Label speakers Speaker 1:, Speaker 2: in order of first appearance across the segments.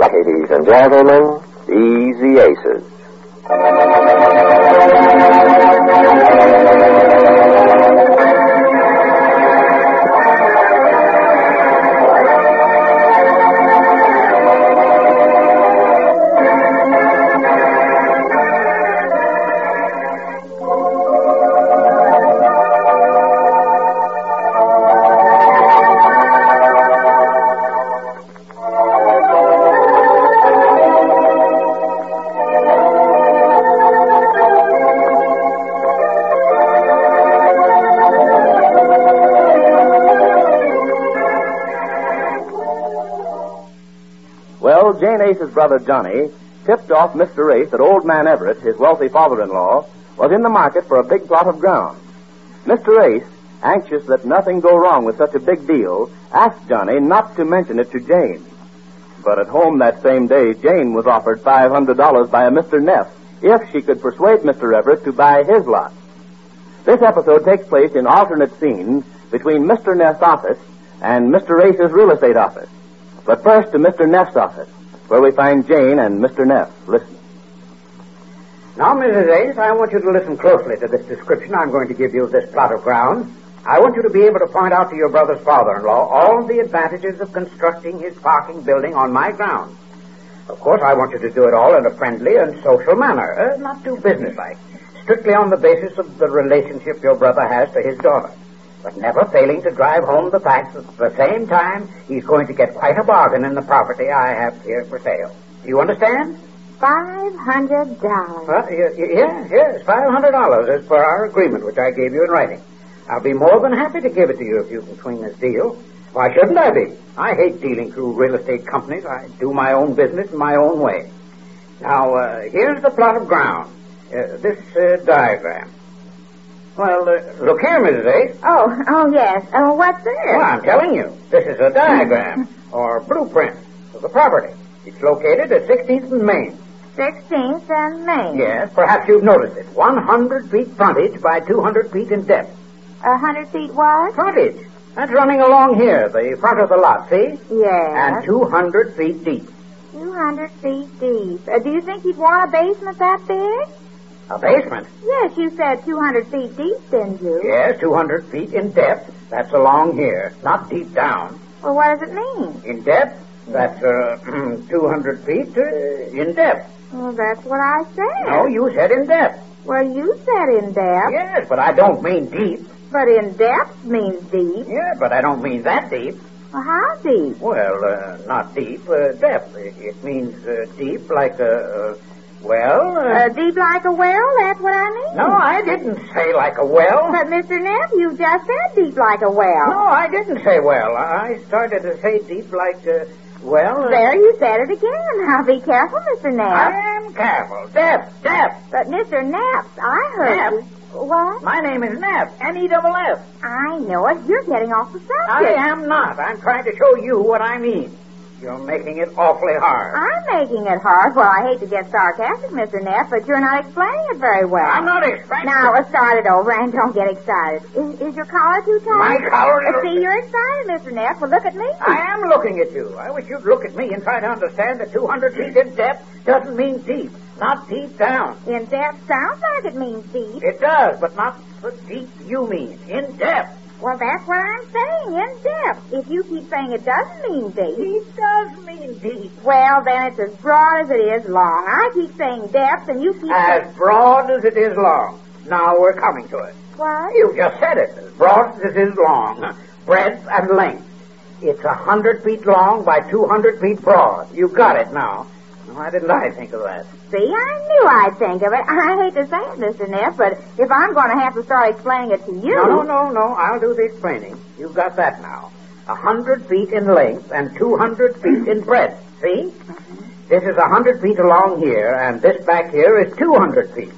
Speaker 1: Ladies and gentlemen, Easy Aces. Well, Jane Ace's brother Johnny tipped off Mr. Ace that old man Everett, his wealthy father-in-law, was in the market for a big plot of ground. Mr. Ace, anxious that nothing go wrong with such a big deal, asked Johnny not to mention it to Jane. But at home that same day, Jane was offered $500 by a Mr. Neff if she could persuade Mr. Everett to buy his lot. This episode takes place in alternate scenes between Mr. Neff's office and Mr. Ace's real estate office. But first to Mr. Neff's office, where we find Jane and Mr. Neff listening.
Speaker 2: Now, Mrs. Ace, I want you to listen closely to this description I'm going to give you of this plot of ground. I want you to be able to point out to your brother's father-in-law all the advantages of constructing his parking building on my ground. Of course, I want you to do it all in a friendly and social manner, uh, not too businesslike, strictly on the basis of the relationship your brother has to his daughter, but never failing to drive home the fact that at the same time he's going to get quite a bargain in the property I have here for sale. Do you understand?
Speaker 3: Five hundred dollars.
Speaker 2: Well, y- y- yes, yes, five hundred dollars as per our agreement, which I gave you in writing. I'll be more than happy to give it to you if you can swing this deal. Why shouldn't I be? I hate dealing through real estate companies. I do my own business in my own way. Now, uh, here's the plot of ground. Uh, this uh, diagram. Well, uh, look here, Mrs. Ace.
Speaker 3: Oh, oh yes. Oh, what's this?
Speaker 2: Well, I'm telling you, this is a diagram or blueprint of the property. It's located at 16th and Main.
Speaker 3: Sixteenth and Main.
Speaker 2: Yes, perhaps you've noticed it. 100 feet frontage by 200 feet in depth.
Speaker 3: A hundred feet wide.
Speaker 2: Frontage? That's running along here, the front of the lot, see? And
Speaker 3: Yes.
Speaker 2: 200 feet deep.
Speaker 3: Two hundred feet deep. Uh, do you think you'd want a basement that big?
Speaker 2: A basement?
Speaker 3: Yes, you said two hundred feet deep, didn't you?
Speaker 2: Yes, 200 feet in depth. That's along here, not deep down.
Speaker 3: Well, what does it mean?
Speaker 2: In depth? That's uh, 200 feet uh, in depth.
Speaker 3: Well, that's what I said.
Speaker 2: No, you said in depth.
Speaker 3: Well, you said in depth,
Speaker 2: Oh. Yes, but I don't mean deep.
Speaker 3: but in depth means deep.
Speaker 2: Yeah, but I don't mean that deep.
Speaker 3: Well, how deep?
Speaker 2: Well, uh, not deep, uh, depth. It, it means uh, deep like a, uh, well.
Speaker 3: Uh,
Speaker 2: Uh,
Speaker 3: deep like a well. That's what I mean.
Speaker 2: no, I didn't say like a well.
Speaker 3: But Mr. Neff, you just said deep like a well.
Speaker 2: No, I didn't say well. I started to say deep like uh, well. uh,
Speaker 3: There you said it again. Now be careful, Mr.
Speaker 2: I
Speaker 3: Knapp.
Speaker 2: am careful. Depth, depth.
Speaker 3: But Mr. Knapp, I
Speaker 2: Knapp?
Speaker 3: heard you. What?
Speaker 2: My name is Neff. N E double F.
Speaker 3: I know it. You're getting off the subject.
Speaker 2: I am not. I'm trying to show you what I mean. You're making it awfully hard.
Speaker 3: I'm making it hard. Well, I hate to get sarcastic, Mr. Knapp, but you're not explaining it very well.
Speaker 2: I'm not expecting.
Speaker 3: Now, let's start it over and don't get excited. Is, is your collar too
Speaker 2: My
Speaker 3: tight?
Speaker 2: collar is-
Speaker 3: Uh, See, you're excited, Mr. Knapp. Well, look at me.
Speaker 2: I am looking at you. I wish you'd look at me and try to understand that 200 feet in depth doesn't mean deep. not deep down.
Speaker 3: In depth sounds like it means deep.
Speaker 2: It does, but not the deep you mean. In depth.
Speaker 3: Well, that's what I'm saying, in depth. If you keep saying it doesn't mean deep.
Speaker 2: It does mean deep.
Speaker 3: Well, then it's as broad as it is long. I keep saying depth, and you keep saying...
Speaker 2: As broad as it is long. Now we're coming to it.
Speaker 3: What?
Speaker 2: You just said it. As broad as it is long. Breadth and length. It's a hundred feet long by two hundred feet broad. You got it now. Why didn't I think of that?
Speaker 3: See, I knew I'd think of it. I hate to say it, Mr. Neff, but if I'm going to have to start explaining it to you...
Speaker 2: No, no, no, no. I'll do the explaining. You've got that now. A hundred feet in length and two hundred feet in breadth. See? This is a hundred feet along here, and this back here is two hundred feet.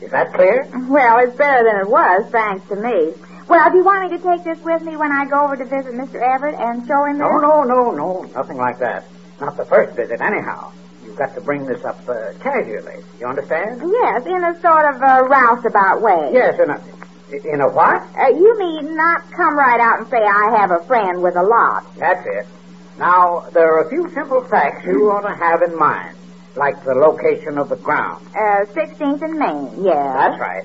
Speaker 2: Is that clear?
Speaker 3: Well, it's better than it was, thanks to me. Well, do you want me to take this with me when I go over to visit Mr. Everett and show him
Speaker 2: No,
Speaker 3: this?
Speaker 2: no, no, no. Nothing like that. Not the first visit, anyhow. You've got to bring this up uh, casually. You understand?
Speaker 3: Yes, in a sort of uh, rouseabout way.
Speaker 2: Yes, in a in a what?
Speaker 3: Uh, you mean not come right out and say I have a friend with a lot.
Speaker 2: That's it. Now there are a few simple facts you ought to have in mind, like the location of the ground.
Speaker 3: Uh, 16th and Main, yeah.
Speaker 2: That's right.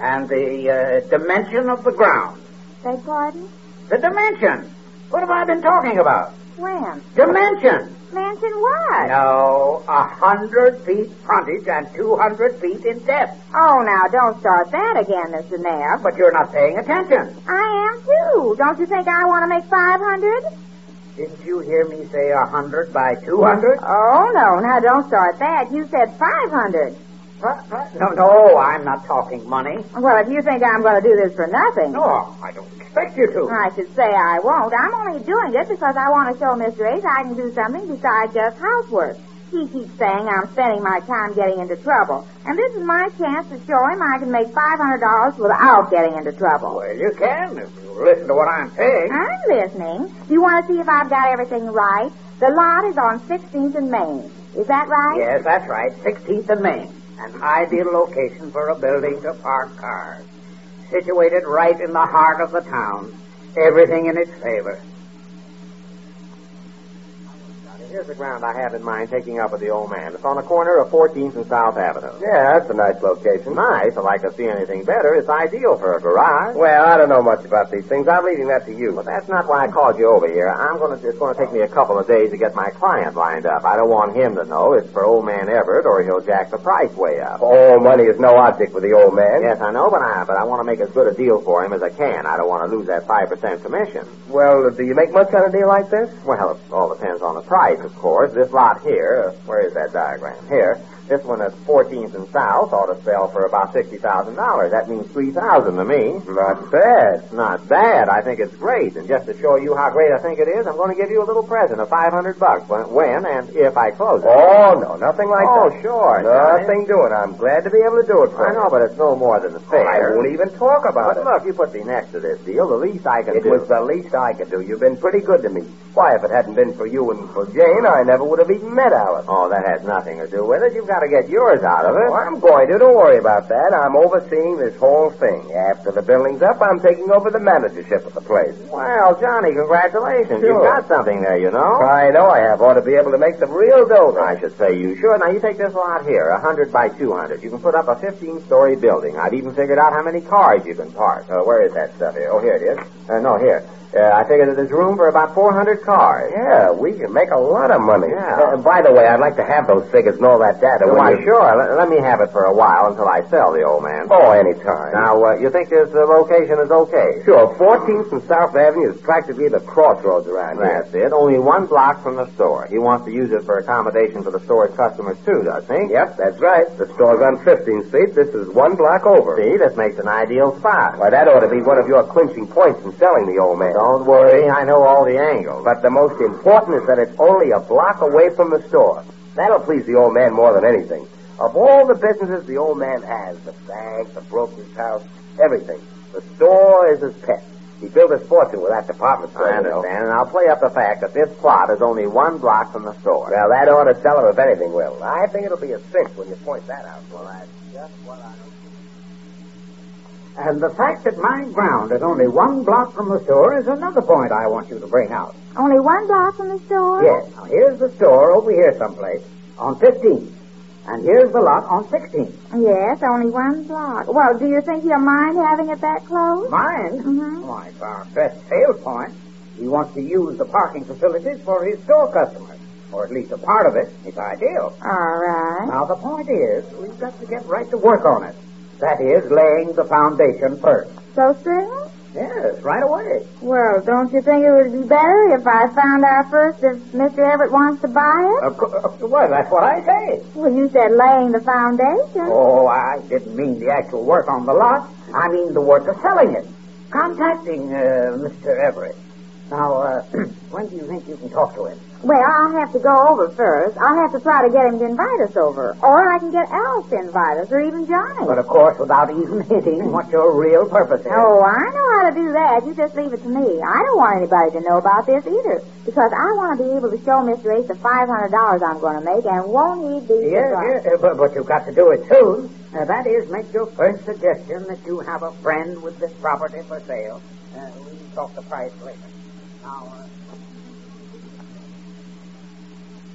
Speaker 2: And the uh, dimension of the ground.
Speaker 3: Beg pardon?
Speaker 2: The dimension. What have I been talking about?
Speaker 3: When?
Speaker 2: Dimension.
Speaker 3: Mansion what?
Speaker 2: No, a hundred feet frontage and two hundred feet in depth.
Speaker 3: Oh, now, don't start that again, Mr. Neff.
Speaker 2: But you're not paying attention.
Speaker 3: I am, too. Don't you think I want to make 500?
Speaker 2: Didn't you hear me say a hundred by two hundred?
Speaker 3: Oh, no, now, don't start that. You said 500.
Speaker 2: No, no, I'm not talking money.
Speaker 3: Well, if you think I'm going to do this for nothing...
Speaker 2: No, I don't expect you to.
Speaker 3: I should say I won't. I'm only doing it because I want to show Mr. Ace I can do something besides just housework. He keeps saying I'm spending my time getting into trouble. And this is my chance to show him I can make $500 without getting into trouble.
Speaker 2: Well, you can if you listen to what I'm saying.
Speaker 3: I'm listening. Do you want to see if I've got everything right? The lot is on 16th and Main. Is that right?
Speaker 2: Yes, that's right. 16th and Main. An ideal location for a building to park cars. Situated right in the heart of the town. Everything in its favor.
Speaker 4: Here's the ground I had in mind taking up with the old man. It's on the corner of 14th and South Avenue.
Speaker 5: Yeah, that's a nice location.
Speaker 4: Nice. If I could see anything better, it's ideal for a garage.
Speaker 5: Well, I don't know much about these things. I'm leaving that to you.
Speaker 4: Well, that's not why I called you over here. I'm going to. It's going to take me a couple of days to get my client lined up. I don't want him to know it's for old man Everett, or he'll jack the price way up.
Speaker 5: Oh, money is no object with the old man.
Speaker 4: Yes, I know, but I but I want to make as good a deal for him as I can. I don't want to lose that five percent commission.
Speaker 5: Well, do you make much on a deal like this?
Speaker 4: Well, it all depends on the price, of course. This lot here, uh, where is that diagram? Here, this one at 14th and South ought to sell for about $60,000. That means 3000 to me.
Speaker 5: Not bad.
Speaker 4: Not bad. I think it's great. And just to show you how great I think it is, I'm going to give you a little present of 500 bucks when, when and if I close it.
Speaker 5: Oh, no, nothing like
Speaker 4: Oh,
Speaker 5: that.
Speaker 4: sure, Johnny.
Speaker 5: Nothing doing. I'm glad to be able to do it for
Speaker 4: I
Speaker 5: you.
Speaker 4: know, but it's no more than
Speaker 5: I
Speaker 4: fair.
Speaker 5: won't even talk about
Speaker 4: But
Speaker 5: it.
Speaker 4: look, you put me next to this deal, the least I can
Speaker 5: It
Speaker 4: do.
Speaker 5: was the least I could do. You've been pretty good to me. Why, if it hadn't been for you and for Jane, I never would have even met Alice.
Speaker 4: Oh, that has nothing to do with it. You've got to get yours out of it.
Speaker 5: Oh, I'm going to. Don't worry about that. I'm overseeing this whole thing. After the building's up, I'm taking over the managership of the place.
Speaker 4: Well, Johnny, congratulations.
Speaker 5: Sure.
Speaker 4: You've got something there, you know.
Speaker 5: I know I have. Ought to be able to make some real dough. there.
Speaker 4: I should say you should. Now you take this lot here, a hundred by two hundred. You can put up a fifteen-story building. I've even figured out how many cars you can park. Uh, where is that stuff here? Oh, here it is. Uh, no, here. Uh, I figured that there's room for about four hundred cars.
Speaker 5: Yeah, we can make a lot of money.
Speaker 4: Yeah.
Speaker 5: Uh, by the way, I'd like to have those figures and all that data.
Speaker 4: Uh,
Speaker 5: when
Speaker 4: Why,
Speaker 5: you-
Speaker 4: sure. Let, let me have it for a while until I sell the old man.
Speaker 5: Oh, anytime.
Speaker 4: Now, uh, you think this uh, location is okay?
Speaker 5: sure, 14th and South Avenue is practically the crossroads around here.
Speaker 4: That's it. Only one block from the store. He wants to use it for accommodation for the store's customers too, doesn't he?
Speaker 5: Yep, that's right. The store's on 15th Street. This is one block over.
Speaker 4: See, this makes an ideal spot.
Speaker 5: Why, that ought to be one of your clinching points in selling the old man.
Speaker 4: Don't worry, I know all the angles.
Speaker 5: But the most important is that it's only a block away from the store. That'll please the old man more than anything. Of all the businesses the old man has, the bank, the broker's house, everything, the store is his pet. He built his fortune with that department store.
Speaker 4: I
Speaker 5: you know.
Speaker 4: understand, and I'll play up the fact that this plot is only one block from the store.
Speaker 5: Well, that ought to tell him if anything will. I think it'll be a cinch when you point that out. Well, I...
Speaker 2: And the fact that my ground is only one block from the store is another point I want you to bring out.
Speaker 3: Only one block from the store?
Speaker 2: Yes. Now, here's the store over here someplace on 15th. And here's the lot on 16.
Speaker 3: Yes, only one block. Well, do you think he'll mind having it that close?
Speaker 2: Mine?
Speaker 3: Mhm.
Speaker 2: Why, for our best sale point, he wants to use the parking facilities for his store customers. Or at least a part of it. It's ideal.
Speaker 3: All right.
Speaker 2: Now, the point is, we've got to get right to work on it. That is, laying the foundation first.
Speaker 3: So soon?
Speaker 2: Yes, right away.
Speaker 3: Well, don't you think it would be better if I found out first if Mr. Everett wants to buy it?
Speaker 2: Of course. Well, that's what I say.
Speaker 3: Well, you said laying the foundation.
Speaker 2: Oh, I didn't mean the actual work on the lot. I mean the work of selling it. Contacting uh, Mr. Everett. Now, uh, when do you think you can talk to him?
Speaker 3: Well, I'll have to go over first. I'll have to try to get him to invite us over. Or I can get Al to invite us, or even Johnny.
Speaker 2: But of course, without even hinting what your real purpose is.
Speaker 3: Oh, I know how to do that. You just leave it to me. I don't want anybody to know about this either, because I want to be able to show Mr. Ace the five hundred dollars I'm going to make, and won't he be
Speaker 2: Yes,
Speaker 3: surprised?
Speaker 2: yes, uh, but, but you've got to do it soon. Uh, that is, make your first suggestion that you have a friend with this property for sale. Uh, we'll talk the price later. Now, uh,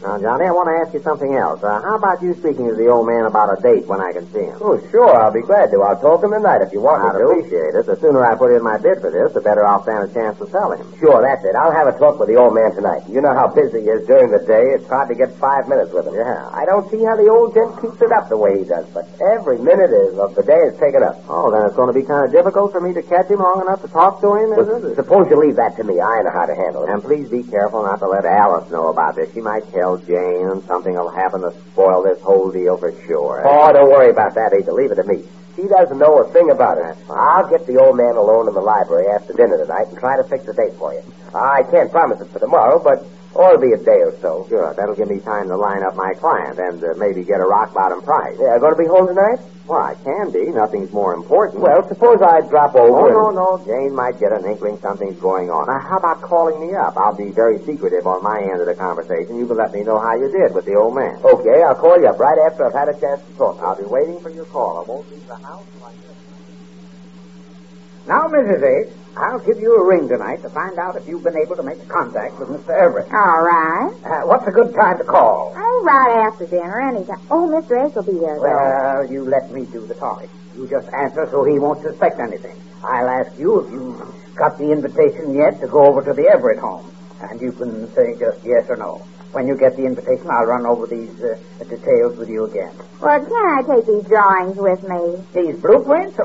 Speaker 4: Now, Johnny, I want to ask you something else. Uh, how about you speaking to the old man about a date when I can see him?
Speaker 5: Oh, sure, I'll be glad to. I'll talk to him tonight if you want
Speaker 4: I'd
Speaker 5: me to.
Speaker 4: appreciate it. The sooner I put in my bid for this, the better I'll stand a chance to sell him.
Speaker 5: Sure, that's it. I'll have a talk with the old man tonight. You know how busy he is during the day. It's hard to get five minutes with him.
Speaker 4: Yeah.
Speaker 5: I don't see how the old gent keeps it up the way he does, but every minute is, of the day is taken up.
Speaker 4: Oh, then it's going to be
Speaker 5: uh,
Speaker 4: kind of difficult for me to catch him long enough to talk to him, is
Speaker 5: Well,
Speaker 4: it?
Speaker 5: suppose you leave that to me. I know how to handle it.
Speaker 4: And please be careful not to let Alice know about this. She might tell Jane, and something will happen to spoil this whole deal for sure. Eh?
Speaker 5: Oh, don't worry about that, Ada. Leave it to me. She doesn't know a thing about it. I'll get the old man alone in the library after dinner tonight and try to fix a date for you. I can't promise it for tomorrow, but or it'll be a day or so.
Speaker 4: Good. That'll give me time to line up my client and uh, maybe get a rock bottom price.
Speaker 5: Yeah, going to be home tonight?
Speaker 4: Why, can be. Nothing's more important.
Speaker 5: Well, suppose I drop over.
Speaker 4: Oh,
Speaker 5: and-
Speaker 4: no, no. Jane might get an inkling something's going on. Now, how about calling me up? I'll be very secretive on my end of the conversation. You can let me know how you did with the old man.
Speaker 5: Okay, I'll call you up right after I've had a chance to talk.
Speaker 4: I'll be waiting for your call. I won't leave the house. till I get it.
Speaker 2: now, Mrs. Ace, I'll give you a ring tonight to find out if you've been able to make contact with Mr. Everett.
Speaker 3: All right.
Speaker 2: Uh, what's a good time to call?
Speaker 3: Oh, right after dinner, anytime. Oh, Mr. Ace will be there. though.
Speaker 2: Well, uh, you let me do the talking. You just answer so he won't suspect anything. I'll ask you if you've got the invitation yet to go over to the Everett home. And you can say just yes or no. When you get the invitation, I'll run over these uh, details with you again.
Speaker 3: Well, can I take these drawings with me?
Speaker 2: These blueprints? Oh,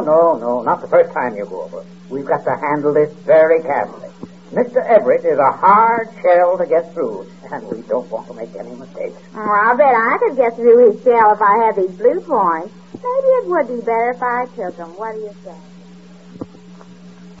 Speaker 2: no, no, no, no. Not the first time you go over. We've got to handle this very carefully. Mr. Everett is a hard shell to get through, and we don't want to make any mistakes.
Speaker 3: Oh, I'll bet I could get through his shell if I had these blue points. Maybe it would be better if I took them. What do you say?